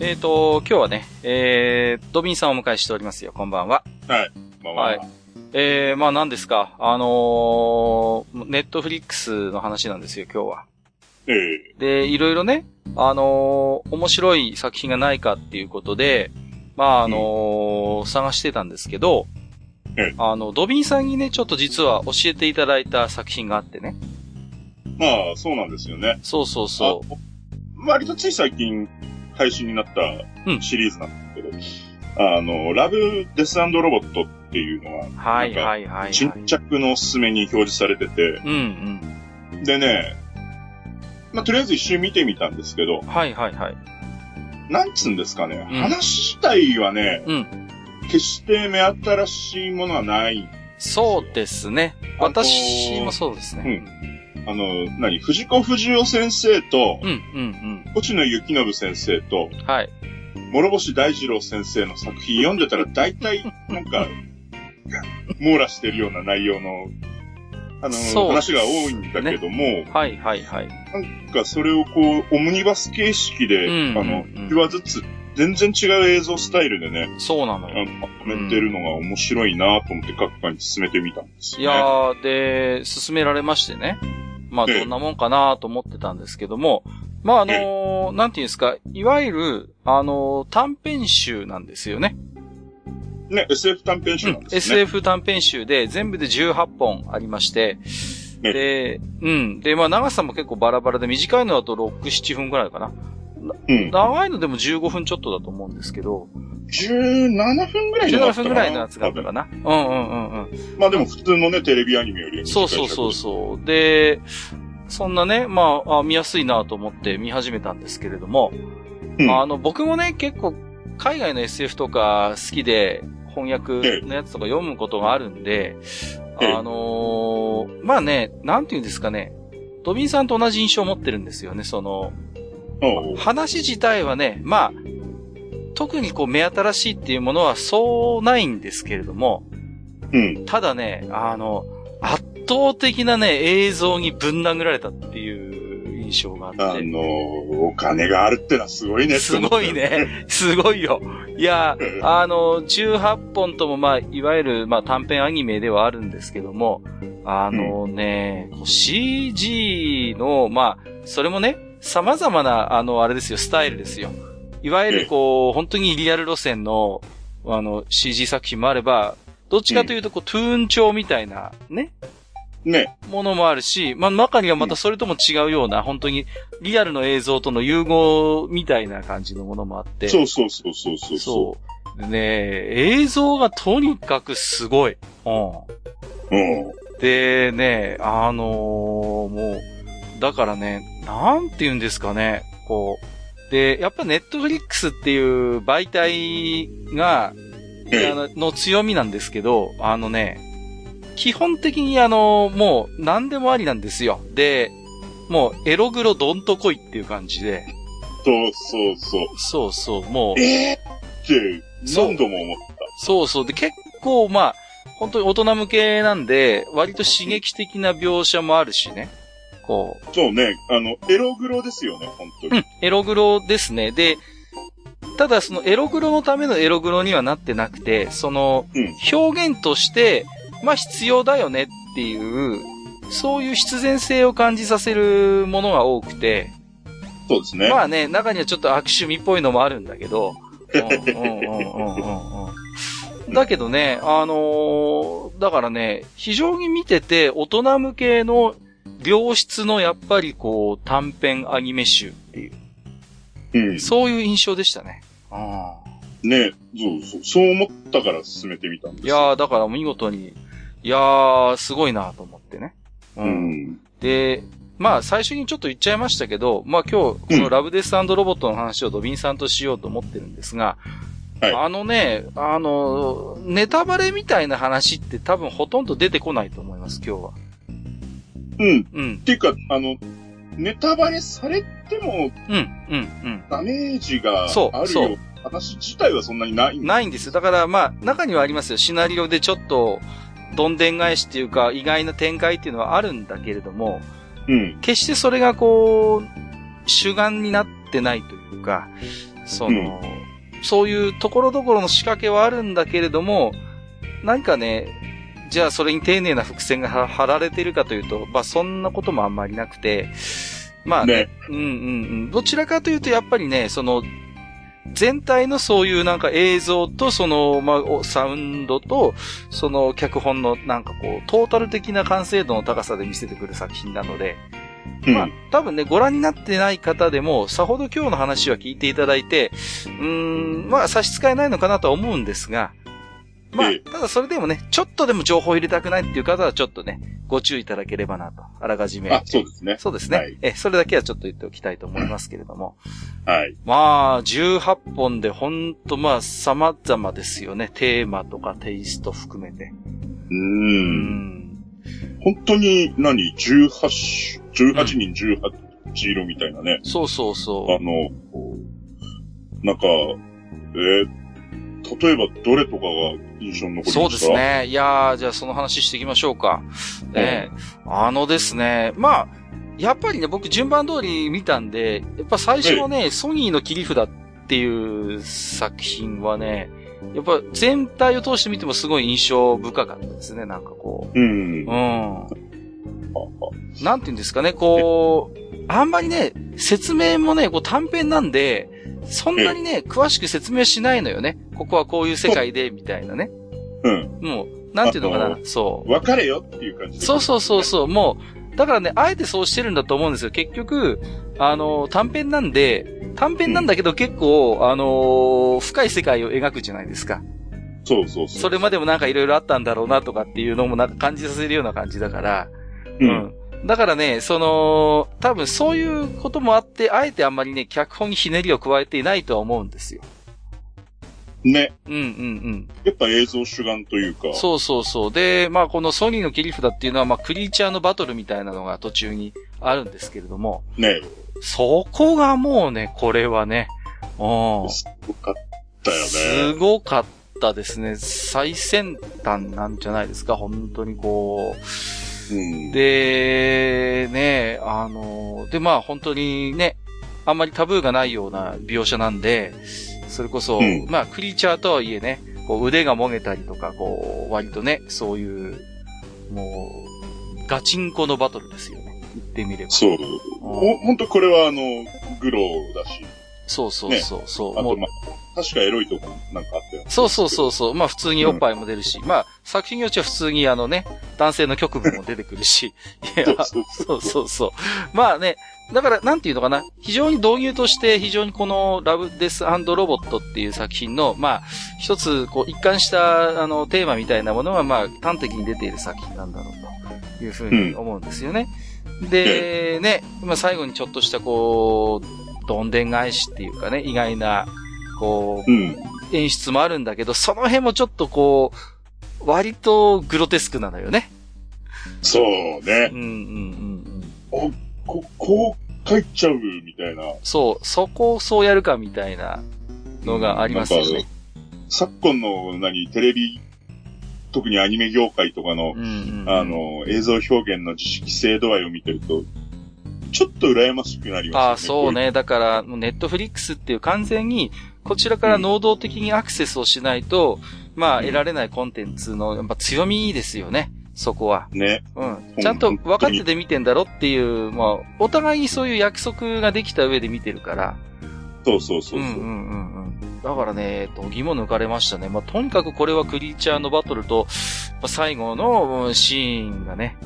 えっ、ー、と、今日はね、えー、ドビンさんをお迎えしておりますよ。こんばんは。はい。まあまあ、はいえー、まあ何ですか。あのー、ネットフリックスの話なんですよ、今日は。ええで、いろいろね、あのー面白い作品がないかっていうことで、まあ、あのー探してたんですけど、ええあの、ドビンさんにね、ちょっと実は教えていただいた作品があってね。まあ、そうなんですよね。そうそうそあ割とつい最近、配信になったシリーズなんですけど、あの、ラブ・デスロボットっていうのう。はいなんかはいはい、はが、い。新着のおすすめに表示されてて、うんうん。でね、まあ、とりあえず一周見てみたんですけど、はいはいはい。なんつうんですかね、うん話自体はね、うん決して目新しいものはない。そうですね。あのー私もそうですね。あの、何、藤子不二雄先生と、うんうん星野幸信先生と、うん。はい。諸星大二郎先生の作品読んでたら大体、な んか、網羅してるような内容の、あの、そうです話ねが多いんだけども、はいはいはい。なんかそれをこう、オムニバス形式で、うんあのうん、一話ずつ、全然違う映像スタイルでね、そうなのあよ。の、まとめてるのが面白いなと思って各巻に進めてみたんですよ、いね。やー、で、進められましてね。まあ、ええどんなもんかなと思ってたんですけども、まあ、あのーなんていうんですか、いわゆる、あのー短編集なんですよね。ね、SF 短編集なんですね。 SF 短編集で、全部で18本ありまして、ええで、うん。で、まあ、長さも結構バラバラで、短いのだと6、7分くらいかな。うん。長いのでも15分ちょっとだと思うんですけど、 17分ぐらいじゃなか17分ったかなくらいのやつがあったかな。うんうんうんうん。まあでも普通のね、テレビアニメより短そいう尺そうそうそう。で、そんなね、まあ、あ見やすいなと思って見始めたんですけれども、うんあの、僕もね、結構、海外の SF とか好きで、翻訳のやつとか読むことがあるんで、ええあのーまあね、なんて言うんですかね、ドビンさんと同じ印象を持ってるんですよね、その、おう話自体はね、まあ、特にこう目新しいっていうものはそうないんですけれども、うん。ただね、あの、圧倒的なね、映像にぶん殴られたっていう印象があっあて。のお金があるってのはすごいねってす思ったごい。ね。すごいよ。いや、あの、18本とも、まあ、いわゆる、まあ、短編アニメではあるんですけども、あのね、こう CG の、まあ、それもね、様々な、あの、あれですよ、スタイルですよ。いわゆる、こう、本当にリアル路線の、あの、CG 作品もあれば、どっちかというと、こう、トゥーン調みたいな、ね、ね。ものもあるし、まあ、中にはまたそれとも違うような、本当にリアルの映像との融合みたいな感じのものもあって。そうそうそうそうそうそう。そでね、映像がとにかくすごい。うう。うん。ん。でね、あのーもう、だからね、なんて言うんですかね、こう。で、やっぱネットフリックスっていう媒体が、えあの、の強みなんですけど、あのね、基本的にあの、もう何でもありなんですよ。で、もうエログロどんとこいっていう感じで、そうそうそう。そうそう、もう、えーって何度も思っそうそう、で結構まあ、本当に大人向けなんで、割と刺激的な描写もあるしね。こう、た。そうね。あの、エログロですよね、本当うにん。、エログロですね。で、ただそのエログロのためのエログロにはなってなくて、そのうん、表現として、まあ必要だよねっていう、そういう必然性を感じさせるものが多くて、そうですね。まあね、中にはちょっと悪趣味っぽいのもあるんだけど、うんうんうんうんうんうんだけどね、あのーだからね、非常に見てて大人向けの良質のやっぱりこう短編アニメ集っていううん。そういう印象でしたね。うんね。そうそう。そう思ったから進めてみたんですいよ。やー、だから見事に、いやー、すごいなと思ってね。うう。ん。で、まあ、最初にちょっと言っちゃいましたけど、まあ今日、こうのんラブデスロボットの話をドビンさんとしようと思ってるんですが、はいあのね、あの、ネタバレみたいな話って多分ほとんど出てこないと思います、今日は。うん。っうん、ていうか、あの、ネタバレされてもうん、うん、ダメージがあるそうよそううな話自体はそんなにないうんん。だないんですよ。だからまあ、中にはありますよ。シナリオでちょっと、どんでん返しっていうか、意外な展開っていうのはあるんだけれども、うん。決してそれがこう、主眼になってないというか、その、そういうところどころの仕掛けはあるんだけれども、何かね、じゃあそれに丁寧な伏線が張られてるかというと、まあそんなこともあんまりなくて、まあね、ね。うんうんうん。どちらかというとやっぱりね、その、全体のそういうなんか映像とその、まあお、サウンドと、その脚本のなんかこう、トータル的な完成度の高さで見せてくる作品なので、うん。まあ、多分ね、ご覧になってない方でも、さほど今日の話は聞いていただいて、うーん、まあ、差し支えないのかなとは思うんですが、まあええ、ただそれでもね、ちょっとでも情報を入れたくないっていう方は、ちょっとね、ご注意いただければなと、あらかじめ。あ、そうですね。そうですね、はいえ。それだけはちょっと言っておきたいと思いますけれども。はい。まあ、18本でほんとまあ、様々ですよね。テーマとかテイスト含めて。うう。んん。本当に何、18、18人18色みたいなね。そうそうそう。あの、なんか、えー例えばどれとかが印象に残りますかそうです。ね。いやー、じゃあその話していきましょうか。ええあのですね、まあ、やっぱりね、僕順番通り見たんで、やっぱ最初のね、ソニーの切り札っていう作品はね、やっぱ全体を通して見てもすごい印象深かったですね、なんかこうう。う。んん。なんて言うんですかね、こう、あんまりね、説明もね、こう短編なんで、そんなにね、詳しく説明しないのよね。ここはこういう世界で、みたいなね。うん。もう、なんていうのかあな、のそ別れよっていう感じう。で。そうそうそうそう、もう、だからね、あえてそうしてるんだと思うんですよ。結局、あの、短編なんで、短編なんだけど結構、あのー深い世界を描くじゃないですか。そうそうそう。それまでもなんかいろいろあったんだろうなとかっていうのもなんか感じさせるような感じだから。う。うんん。だからね、その、多分そういうこともあって、あえてあんまりね、脚本にひねりを加えていないとは思うんですよ。ね。うんうんうん。やっぱ映像主眼というか。そうそうそう。で、まあこのソニーの切り札っていうのは、まあクリーチャーのバトルみたいなのが途中にあるんですけれども、ね。そこがもうね、これはね、うん。すごかったよね。すごかったですね。最先端なんじゃないですか、本当にこうんう。、で、ね、あの、で、まあ本当にね、あんまりタブーがないような描写なんで、それこそ、うんまあクリーチャーとはいえね、こう腕がもげたりとか、こう、割とね、そういう、もう、ガチンコのバトルですよね。言ってみれば。そう。うんほ、ほんとこれはあの、グローだし、そうそうねそうそう。あもとうまあ、確かエロいとこなんかあったよね。そうそうそうそう。まあ普通におっぱいも出るし、まあ作品によっちゃ普通にあのね、男性の局部も出てくる し。いやそうそうそうそうそう。まあね、だからなんていうのかな。非常に導入として非常にこのラブデスロボットっていう作品の、まあ一つこう一貫したあのテーマみたいなものはまあ端的に出ている作品なんだろうというふうに思うんですよね。で、ね、まあ最後にちょっとしたこう、どんでん返しっていうかね、意外な、こう、うん。演出もあるんだけど、その辺もちょっとこう、割とグロテスクなのよね。そうねうん。うんうんうん。こ、こう書いちゃうみたいな。そう、そこをそうやるかみたいなのがありますよなんねか。昨今の何、テレビ、特にアニメ業界とかの、うんうんうんあ、の、映像表現の知識制度合いを見てると、ちょっと羨ましくなりああ、ますそようね。ね。だから、ネットフリックスっていう完全に、こちらから能動的にアクセスをしないと、まあ、うん得られないコンテンツの、やっぱ強みですよね。そこは。こういうね。うん。ちゃんと分かってて見てんだろっていう、まあ、お互いにそういう約束ができた上で見てるから。そうそうそううそんうんう。うんうん。だからね、えっと、疑問抜かれましたね。まあ、とにかくこれはクリーチャーのバトルと、まあ、最後のうんシーンがね、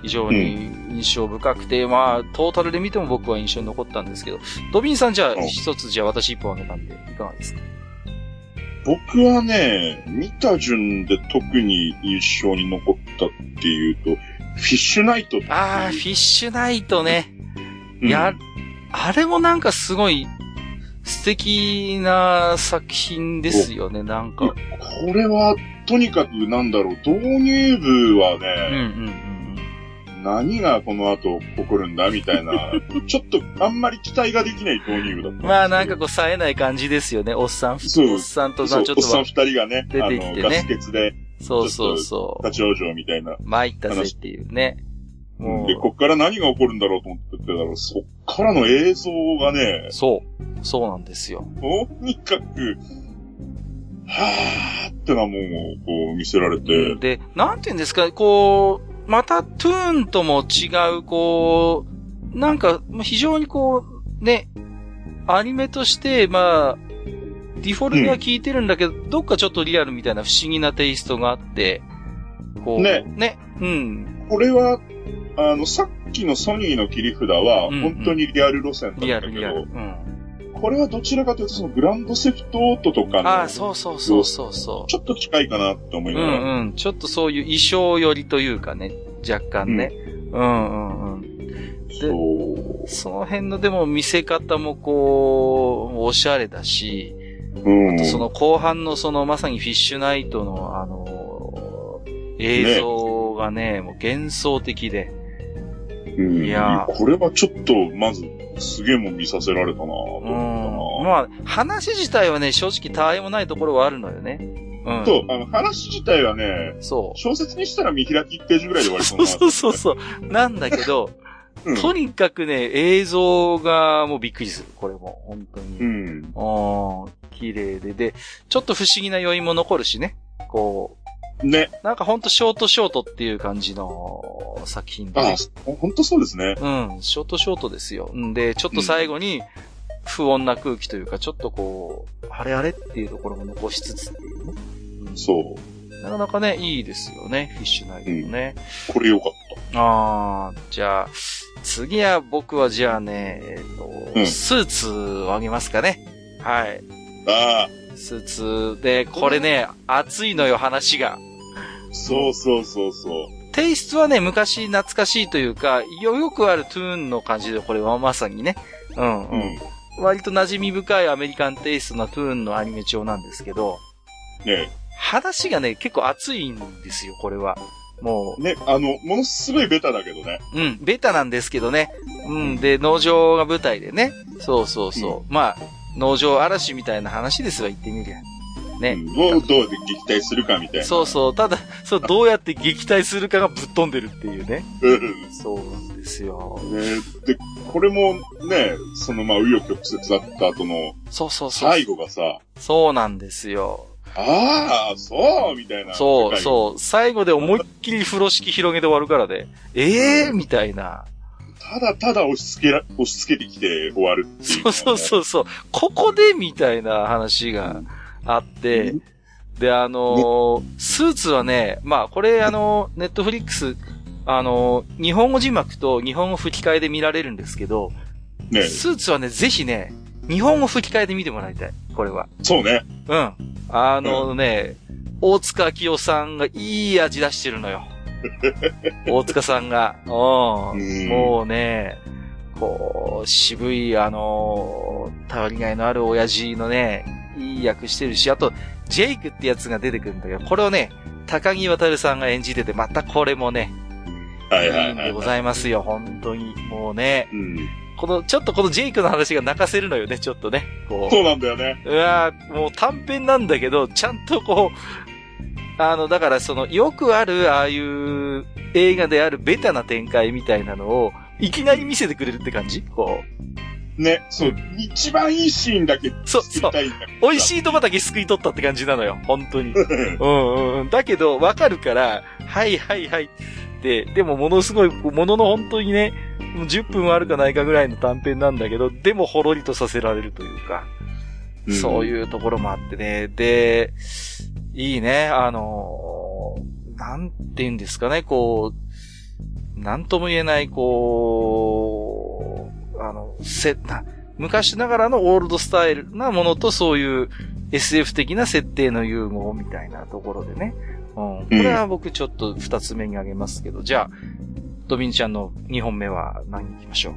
非常に印象深くて、まあ、トータルで見ても僕は印象に残ったんですけど、ドビンさんじゃあうん一つじゃあ私一本あげたんで、いかがですか僕はね、見た順で特に印象に残ったっていうと、フィッシュナイトっていうあー、フィッシュナイトね。うんいや、あれもなんかすごい素敵な作品ですよね、なんか。これは、とにかくなんだろう、導入部はうんうんね、うん何がこの後起こるんだみたい な、ちょっとあんまり期待ができない導入部だったですけど。まあなんかこう冴えない感じですよね、おっさん、おっそうさんとそさ、うちょっおとっさんは二人がね、出てきてねあの、ガス欠でそうそうそう。立ち往生みたいな。参ったぜっていうね。もで、こっから何が起こるんだろうと思ってたら、そっからの映像がう、、ねそそうなんですよ。とにかく、はーってなもんをこう見せられて、で、なんて言うんですか、こう、またトゥーンとも違う、こう、なんか、まあ非常にこう、ね、アニメとして、まあ、ディフォルメは効いてるんだけど、どっかちょっとリアルみたいな不思議なテイストがあって、こう、ねね、うん、これは、あの、さっきのソニーの切り札は、うんうん本当にリアル路線だリアったル、けリアル。うど、ん。これはどちらかというと、そのグランドセフトオートとかあのあ、、そうそうそうそうそちょっと近いかなって思う。いうながら、んうん。ちょっとそういう衣装寄りというかね、若干ね。うんうんうん。そう。その辺のでも見せ方もこう、おしゃれだし、うん。その後半のそのまさにフィッシュナイトのあのー映像がね、もう幻想的で。うんいやーこれはちょっと、まず、すげえもん見させられたなぁとうん。思まあ、話自体はね、正直たわいもないところはあるのよね。うったなぁん。と、あの、話自体はね、そう。小説にしたら見開き1ページぐらいで終わりそうそうな。そうそうそう。なんだけど、うんとにかくね、映像がもうびっくりする。これも、本当うに。ん。うん。綺麗で。で、ちょっと不思議な余韻も残るしね。こう、ね。なんかほんとショートショートっていう感じの作品であね。あ、ほんとそうですね。うん、ショートショートですよ。んで、ちょっと最後に不穏な空気というか、ちょっとこう、あれあれっていうところも残しつつっていうね。そう。なかなかね、いいですよね、フィッシュナイトもね。これよかっあー、じゃあ、次は僕はじゃあね、えっ、と、うんスーツをあげますかね。はい。た。ああ、スーツで、これね、熱いのよ、話が。そうそうそうそう。テイストはね、昔懐かしいというか、よ、よくあるトゥーンの感じで、これはまさにね。うん、ううん。ん。割と馴染み深いアメリカンテイストなトゥーンのアニメ調なんですけど、ね話がね、結構熱いんですよ、これは。もね、あの、ものすごいベタだけどね。う、うん、ベタなんですけどね。うん、で、農場が舞台でね。そうそうそう。まあ、農場嵐みたいな話ですわ、言ってみりゃ。ねうんどう、どうで撃退するかみたいな。そうそう。ただ、そう、どうやって撃退するかがぶっ飛んでるっていうね。うん。そうなんですよ。ねで、これもね、そのまあ、紆余曲折だった後のそうそうそう。最後がさ、そうなんですよ。ああ、そうみたいな。そう、う。そう。最後で思いっきり風呂敷広げて終わるからで、ええー、みたいな。ただただ押し付けら、押し付けてきて終わるっていう、そうそうそうそう。ここでみたいな話うがんあって、で、あのースーツはね、まあ、これ、あのーネットフリックス、あのー日本語字幕と日本語吹き替えで見られるんですけど、う。ねスーツはね、ぜひね、日本語吹き替えで見てもらいたい。これは。そうね。うん。あのね、大塚明夫さんがいい味出してるの よ。大塚さんが。うん。うんもうね、こう、渋い、あのー、たわりがいのある親父のね、いい役してるし、あと、ジェイクってやつが出てくるんだけど、これをね、高木渡さんが演じてて、またこれもね、はいいはいいんはでいごはい。ざいますよ、本当に。もうね、うん、この、ちょっとこのジェイクの話が泣かせるのよね、ちょっとね。こうそうなんだよね。うわーもう短編なんだけど、ちゃんとこう、あの、だからその、よくある、ああいう映画であるベタな展開みたいなのを、いきなり見せてくれるって感じこね、そう、一番いいシーンだけう。そう、作そうり。たいんだけ美ど。味しいとこだけすくい取ったって感じなのよ。本当に。うんうんうん。だけど、わかるから、はいはいはいって、でもものすごい、こうものの本当にね、もう10分はあるかないかぐらいの短編なんだけど、でもほろりとさせられるというか。 うんそういうところもあってね。で、いいね、あのーなんて言うんですかね、こう、なんとも言えない、こう、あの、せ、な、昔ながらのオールドスタイルなものとそういう SF 的な設定の融合みたいなところでね。うん。これは僕ちょっと二つ目にあげますけど、じゃあ、ドビンちゃんの二本目は何に行きましょうう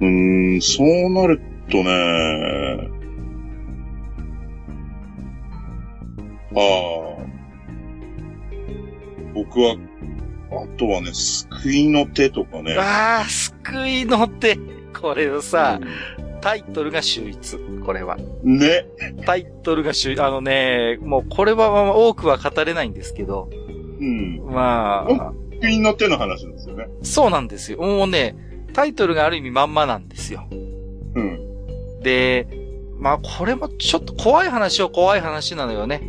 ーん、そうなるとね、ああ、僕は、あとはね、救いの手とかね。ああ、救いの手。これをさ、タイトルが秀逸。これは。ね、タイトルが秀あのね、もうこれはまあ多くは語れないんですけど、うん。まあ、救いの手の話なんですよね。そうなんですよ。もうね、タイトルがある意味まんまなんですよ。うん。で、まあこれもちょっと怖い話は怖い話なのよね。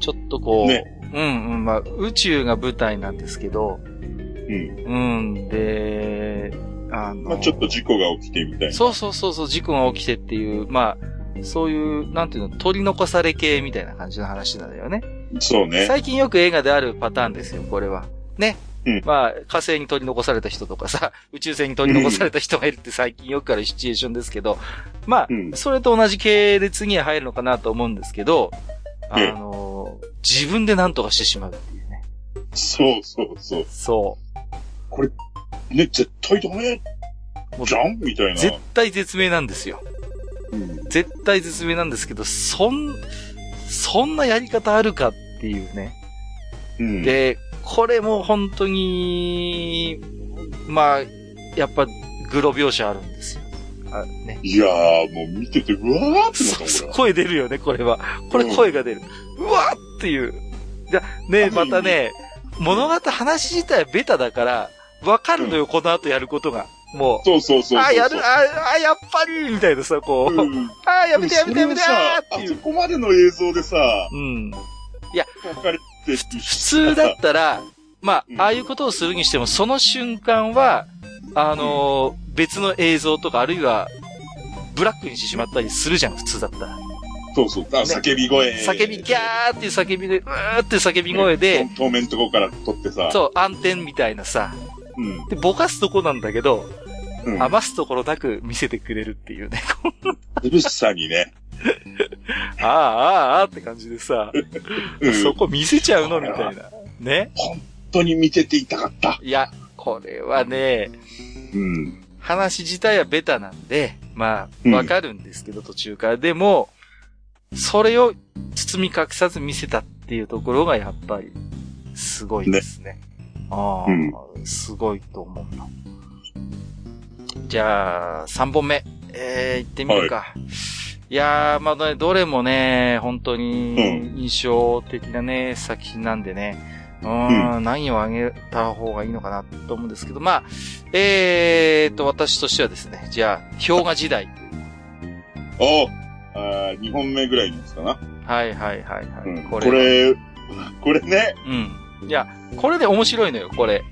ちょっとこう、ねうんうん、まあ宇宙が舞台なんですけど、うん。うん、で、あの、まあちょっと事故が起きてみたいな。そうそうそうそう、事故が起きてっていう、まあ、そういう、なんていうの、取り残され系みたいな感じの話なんだよね。そうね。最近よく映画であるパターンですよ、これは。ね。うんまあ、火星に取り残された人とかさ、 宇宙船に取り残された人がいるって最近よくあるシチュエーションですけど、まあ、うんそれと同じ系列には入るのかなと思うんですけど、あええの、自分で何とかしてしまうっていうね。そうそうそう。そね、絶対ダメう。もうじゃんみたいな。絶対絶命なんですよ。うん絶対絶命なんですけど、そん、そんなやり方あるかっていうね。うん。で、これも本当に、まあ、やっぱ、グロ描写あるんですよ。あね。いやー、もう見てて、うわーってなったもん、そ俺は。声出るよね、これは。これうん声が出る。うわーっていう。いや、ねあまたね、物語話自体はベタだから、わかるのよ、この後やることが。もそうそうそうそう。うそう。あ、やる、あ、あ、やっぱりみたいなさ、こう。うん。あ、やめてやめてやめてそれをさあーってあい。そうこまでの映像でさ、うん。別れてる普通だった ら、まうんあ、ああいうことをするにしても、その瞬間は、あのー別の映像とか、あるいは、ブラックにしてしまったりするじゃん、普通だったら。そうそう。あ、ね叫び声。叫び、ギャーっていう叫びで、うーっていう叫び声でね、遠目んとこから撮ってさ。そう、暗転みたいなさ。うん。で、ぼかすとこなんだけど、うん。余すところなく見せてくれるって いうね。うるさにね。ああ、ああ、ああって感じでさ、うん。そ本こ見せちゃうのみたいな。ね。当に見てて痛かった。いや、これはね、うん。話自体はベタなんで、まうあ、んわかるんですけど、途中から。でも、それを包み隠さず見せたっていうところがやっぱり、すごいですね。ああ、すごいと思うな。じゃあ、3本目。えー、行ってみるか。い、やー、まあね、どれもね、本当にう印象的なね、作品なんでね。うーん、何をあげた方がいいのかなと思うんですけど、まあ、えーと、私としてはですね、じゃあ、氷河時代。 おあー、2本目ぐらいですかな。はいはいはいはい。うん。これ、これね。うん。いや、これで面白いのよ、これ。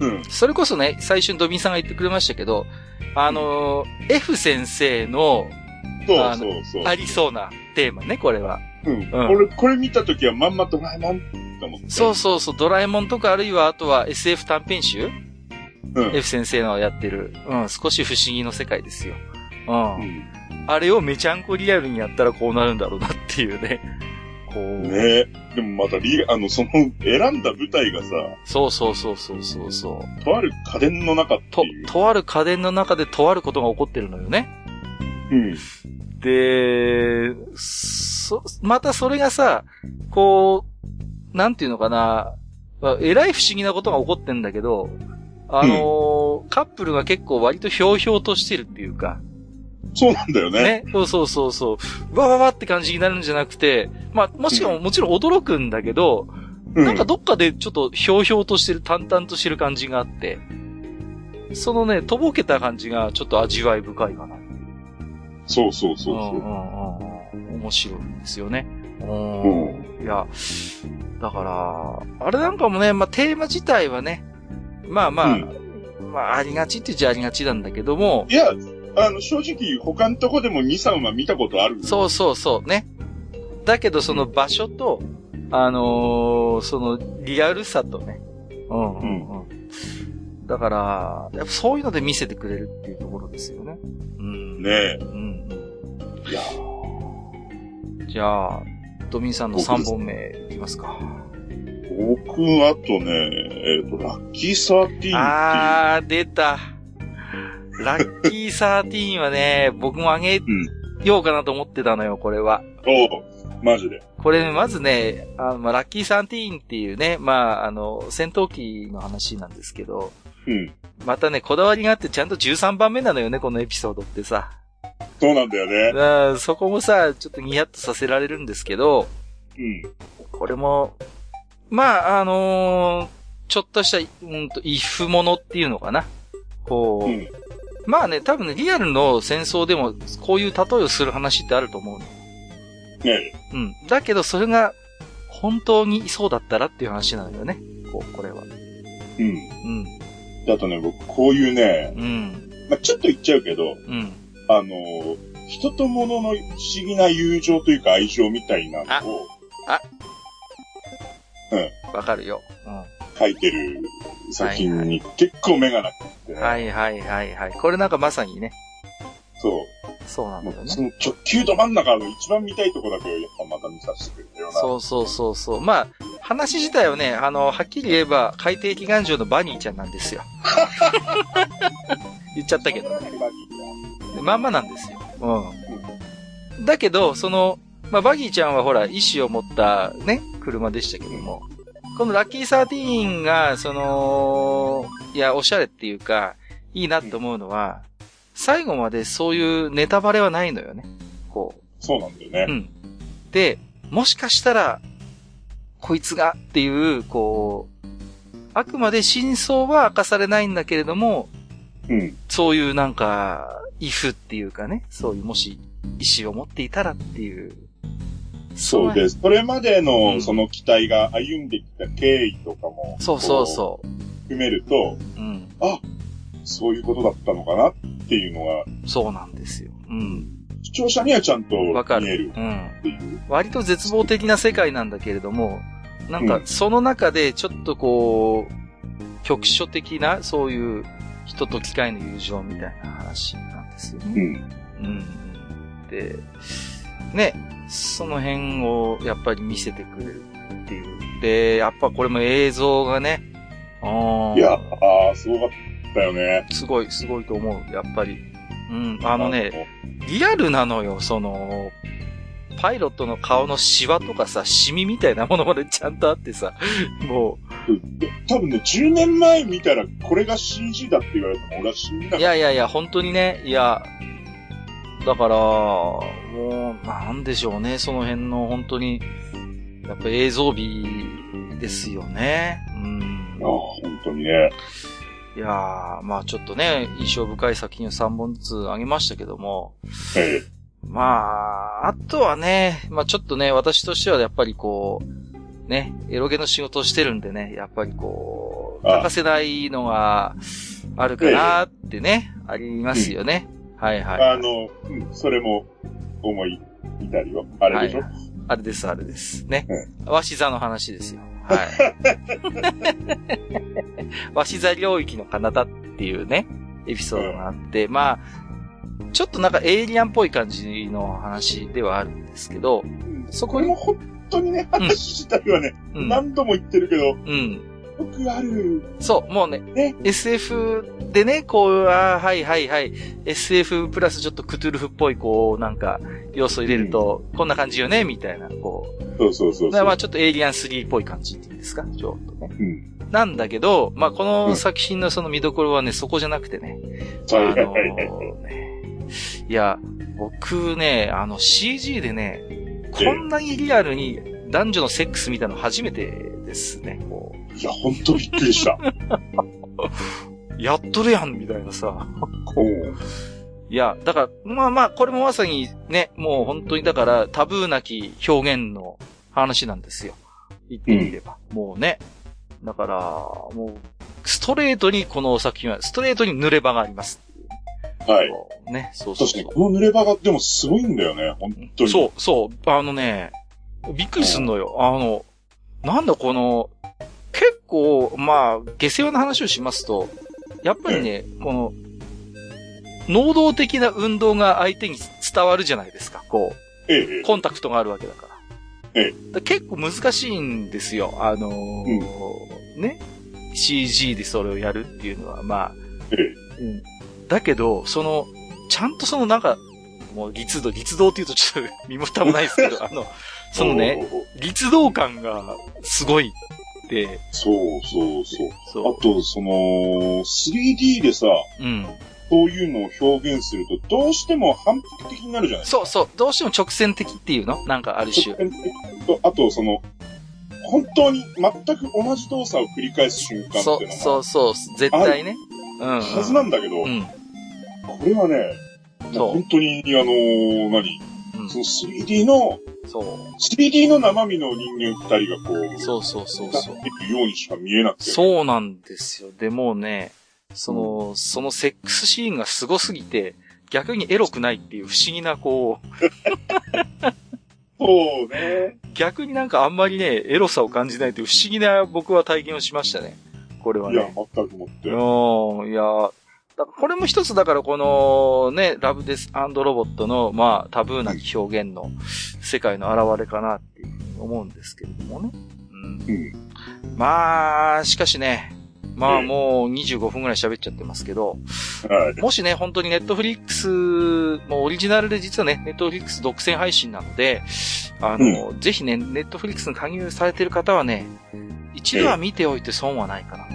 うん。それこそね、最初にドミンさんが言ってくれましたけど、あのー F 先生のそあのうそうそう。ありそうなテーマね、これは。うん。うん俺、これ見たときはまんまドラえもんと思って。そうそうそう、ドラえもんとかあるいはあとは SF 短編集、うん。 ?F 先生のやってる、うん、少し不思議の世界ですよ。う。うんんあれをめちゃんこリアルにやったらこうなるんだろうなっていうね。こう。ねでもまたリ、あの、その、選んだ舞台がさ、そうそうそうそうそうそう。とある家電の中ってとい、う。とある家電の中でとあることが起こってるのよね。うん。で、そ、またそれがさ、こう、なんていうのかな、あえらい不思議なことが起こってんだけど、あのーカップルが結構割とひょうひょうとしてるっていうか、そうなんだよね。ね、そうそうそうそう、わわわって感じになるんじゃなくて、まあ、もちろん、うもちろん驚くんだけど、うなんかどっかでちょっとひょうひょうとしてる、淡々としてる感じがあって、そのね、とぼけた感じがちょっと味わい深いかな。そうそうそううんそう。うんうんうん面白いんですよね。う。うんん。いや、だから、あれなんかもね、まあテーマ自体はね、まあまあ、うまあありがちって言っちゃありがちなんだけども、いや、あの、正直、他のとこでも2、3は見たことある。そうそうそうね。だけどその場所と、あのーそのリアルさとね。うんうんうん。だから、やっぱそういうので見せてくれるっていうところですよね。うん。。ねうんうん。え。いや、じゃあ、ドミンさんの3本目いきますか。僕、あとね、えっ、と、ラッキーサーティーンっあー、出た。ラッキーサーティーンはね、僕もあげようかなと思ってたのよ、これは。ていう。おうマジで。これ、まずね、あのまあ、ラッキーサーティーンっていうね、まあ、あの、戦闘機の話なんですけど、うん。またね、こだわりがあってちゃんと13番目なのよね、このエピソードってさ。そうなんだよあね。ーそこもさ、ちょっとニヤッとさせられるんですけど、うん。これも、まあ、あのーちょっとした、うんと、イフものっていうのかな。こう、うん。まあね、多分ね、リアルの戦争でも、こういう例えをする話ってあると思うの。ねうん。だけど、それが、本当にそうだったらっていう話なんだよね。こう、これは。え。うん。うん。であとね、僕、こういうね、うん。まあ、ちょっと言っちゃうけど、うん。あのー人と物の不思議な友情というか愛情みたいなのをわかるよ。うん。書いてる作品に結構目がなくってね、はいはいはいはい。これなんかまさにね、そそうなう、んもだようねそ。の直球ど真ん中の一番見たいとこだけをやっぱまた見させてくれるような。そうそうそうそう。まあ、話自体はね、あの、はっきり言えば、海底祈願場のバニーちゃんなん ですよ。言っちゃったけど。そんなバギまんまなんですよ。うん。だけど、その、まあ、バギーちゃんはほら、意志を持ったね、車でしたけども、このラッキーサーティーンが、その、いや、おしゃれっていうか、いいなと思うのは、最後までそういうネタバレはないのよね。こう。ーそうなんだよね。うん。で、もしかしたら、こいつがっていう、こう、あくまで真相は明かされないんだけれども、うん。そういうなんか、イフっていうかね、そういうもし意思を持っていたらっていう。。そうですす。それまでうのんその期待が歩んできた経緯とかもそうそうそう。含めると、うん。そういうことだったのかなっていうのが、そうなんですよ。うん。視聴者にはちゃんとわかる。見えるうん。っていう。割と絶望的な世界なんだけれども、なんかう、んその中で、ちょっとこう、局所的な、そういう、人と機械の友情みたいな話なんですようね。ん。うん。で、ね、その辺を、やっぱり見せてくれるっていう。で、やっぱこれも映像がね、あーいや、ああ、すごかったよね。すごい、すごいと思う、やっぱり。うん、あのね、、リアルなのよ、その、パイロットの顔のシワとかさ、シミみたいなものまでちゃんとあってさ、も多分ね、10年前見たらこれが CG だって言われても俺は信う、じないかっやいやいや、本当にね、いや、だから、もう、なんでしょうね、その辺の本当に、やっぱ映像美ですよね。うんた。ああ、。本当にね。いやー、まあちょっとね、印象深い作品を3本ずつあげましたけども、ええまあ、あとはね、まあちょっとね、私としてはやっぱりこう、ね、エロゲの仕事をしてるんでね、やっぱりこう、ああ欠かせないのがあるかなってね、ありますよね。はいはい。あの、うん、それも思い見たりは、あれでしょ、はいあれです、あれです。ねえ。わし座の話ですよ。はい。 わし座領域の彼方っていうね、エピソードがあって、まあ、ちょっとなんかエイリアンっぽい感じの話ではあるんですけど、うんそここれにも本当にね、話自体はね、うん。何度も言ってるけど、うん。よくある。そう、もうね、ね SF でね、こう、あーはいはいはい、SF プラスちょっとクトゥルフっぽい、こう、なんか、要素入れると、こんな感じよね、みたいな、こう。そうそうそうだかそらう、まあちょっとエイリアン3っぽい感じっていうんですか、ちょっとね。うん。なんだけど、まあこうのん作品のその見どころはね、そこじゃなくてね。あはのいはいはいはい。ーねいや、僕ね、あの CG でね、こんなにリアルに男女のセックス見たの初めてですね、こう。いや、本当びっくりした。やっとるやんみたいなさ。うんいや、だから、まあまあ、これもまさにね、もう本当にだから、タブーなき表現の話なんですよ。言ってみれば。もうね。だから、もう、ストレートにこの作品は、ストレートに濡れ場があります。はい。ね、そうそう確かそに、う。この濡れ場がでもすごいんだよね、本当に。そう、そう、あのね、びっくりすんのよ。あの、なんだこの、結構、まあ、下世話な話をしますと、やっぱりね、この、能動的な運動が相手に伝わるじゃないですか、こええう、コンタクトがあるわけだから。ええだから結構難しいんですよ、あのーね、CG でそれをやるっていうのは、まあ、ええうんだけど、その、ちゃんとそのなんか、もう立道、立道って言うと ちょっと身も蓋もないですけど、あの、そのね、。おうおうおう立道感がすごいって、そうそうそう。そあと、その、3D でさ、う。うん。そういうのを表現すると、どうしても反復的になるじゃないですそうそう、どうしても直線的っていうのなんかある種。か。とあと、その、本当に全く同じ動作を繰り返す瞬間ってそいうう、のそうそう、絶対ね。うん、うん。が、はずなんだけど、うん。これはね、そう本当に、あのー何うんその 3D の、そ 3D の生身の人間二人がこう。う、そうそうそう立そっう。ていくようにしか見えなくて。そうなんですよ。でもうね、その、そのセックスシーンがすごすぎて、逆にエロくないっていう不思議な、こう、そうね。逆になんかあんまりね、エロさを感じないという不思議な僕は体験をしましたね。これはいやね。、全く思って。うん、いや、だこれも一つだからこのね、ラブデスロボットの、まあ、タブーなき表現の世界の現れかなっていうふうに思うんですけれどもね。うんうん。まあ、しかしね、まあうんもう25分ぐらい喋っちゃってますけど、はい。もしね、本当にネットフリックス、もうオリジナルで実はね、ネットフリックス独占配信なので、あの、ぜひね、ネットフリックスに加入されてる方はね、一度は見ておいて損はないかなと。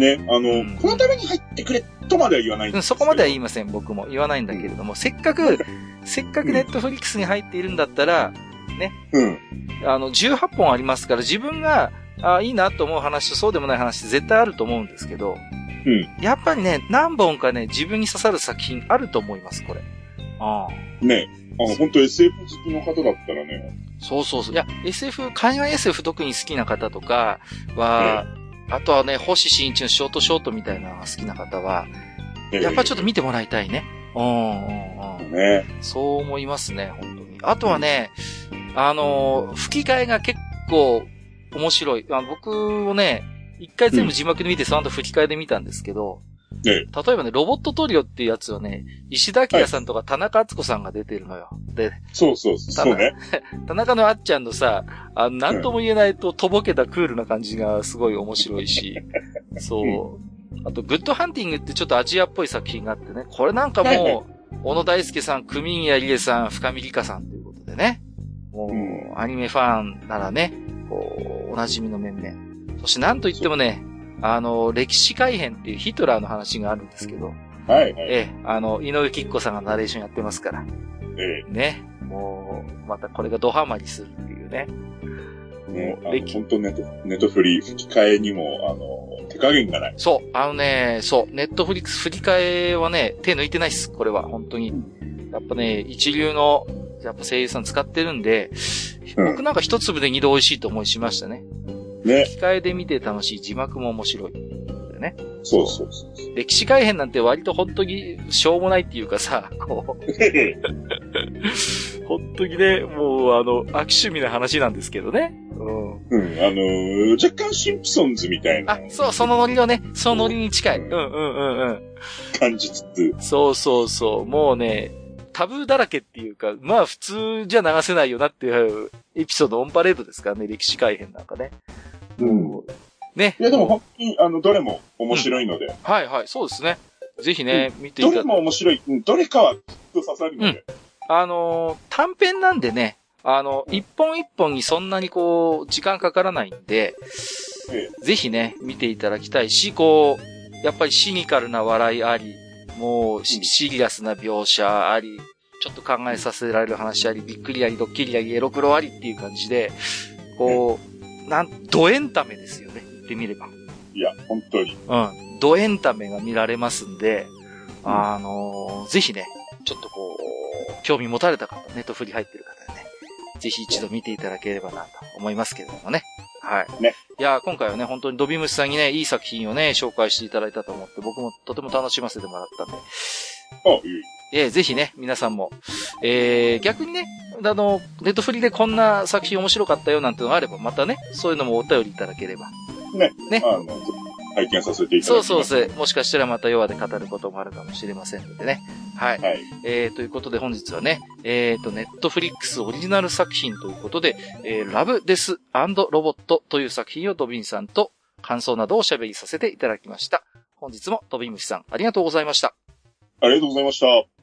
ね、あの、うんこのために入ってくれとまでは言わないんうでん、すけどそこまでは言いません、僕も。言わないんだけれども、せっかく、せっかくネットフリックスに入っているんだったら、うん。あの、18本ありますから、自分が、あいいなと思う話とそうでもない話絶対あると思うんですけど、うやっぱりね、何本かね、自分に刺さる作品あると思います、これ。ああ。ね、あの、本当 SF 好きの方だったらね、そうそうそう。いや、SF、海外 SF 特に好きな方とかは、あとはね、星新一のショートショートみたいなのが好きな方は、やっぱちょっと見てもらいたいね。うんうんうんと。ね、そう思いますね、本当に。あとはね、あのー、吹き替えが結構面白い。あ僕をね、一回全部字幕で見て、その後吹き替えで見たんですけど、え例えばね、ロボットトリオっていうやつはね、石田明さんとか田中敦子さんが出てるのよ。で、そうそう、そうね。田中のあっちゃんのさ、あの、なんとも言えないと、とぼけたクールな感じがすごい面白い し、そう。あと、グッドハンティングってちょっとアジアっぽい作品があってね、これなんかはいはいもう、小野大輔さん、組宮理恵さん、深見理香さんということでね、もうう、アニメファンならね、こう、おなじみの面々。そしてなんといってもね、あの、歴史改変っていうヒトラーの話があるんですけど、はい、はい。ええ、あの、井上貴子さんがナレーションやってますから、えね、もう、またこれがドハマりするっていうね。えもね、あうの、歴本当ネット、ネットフリー吹き替えにも、あの、手加減がない。そう、あのね、そう、ネットフリックス振り替えはね、手抜いてないっす、これは、本当に。やっぱね、一流の、やっぱ声優さん使ってるんで、うん僕なんか一粒で二度美味しいと思いしましたね。ね、吹き替えで見て楽しい、字幕も面白い。でね。そうそ うそうそう。歴史改変なんて割と本当にしょうもないっていうかさ、こう、ええ本当にね、もうあの、悪趣味な話なんですけどね。うん。うん、あの、若干シンプソンズみたいなあ、そう、そのノリのね、そのノリに近い。うんうんうんうん。感じつつ、そうそうそう。もうね、タブーだらけっていうか、まあ普通じゃ流せないよなっていうエピソードオンパレードですからね、歴史改変なんかね。うん。ねい。や、でも本当に、あの、どれも面白いので、はいはい、そうですね。ぜひね、見ていどたれだも面白い、うんどれかはきっと刺さるので、あのー短編なんでね、あの、一本一本にそんなにこう、時間かからないんで、えぜひね、見ていただきたいし、こう、やっぱりシニカルな笑いあり、もうシ、うんシリアスな描写あり、ちょっと考えさせられる話あり、びっくりあり、ドッキリあり、エロクロありっていう感じで、こう、なん、ドエンタメですよね、言ってみれば。いや、本当に。うん、ドエンタメが見られますんで、うんあのーぜひね、ちょっとこう、興味持たれた方、ネットフリ入ってる方はね、ぜひ一度見ていただければなと思いますけれどもね。はい。ねいやー、今回はね、本当にドビムシさんにね、いい作品をね、紹介していただいたと思って、僕もとても楽しませてもらったんで、あ、いい。えーぜひね、皆さんも、えー、逆にね、あの、ネットフリでこんな作品面白かったよなんてのがあれば、またね、そういうのもお便りいただければ。ね。ね。あの、拝見させていただそうきます。そうそう。もしかしたらまた弱で語ることもあるかもしれませんのでね。はい。はい。えー、ということで本日はね、えー、と、ネットフリックスオリジナル作品ということで、えー、ラブ・デス・ロボットという作品をドビンさんと感想などをおしゃべりさせていただきました。本日もドビンムシさんありがとうございました。ありがとうございました。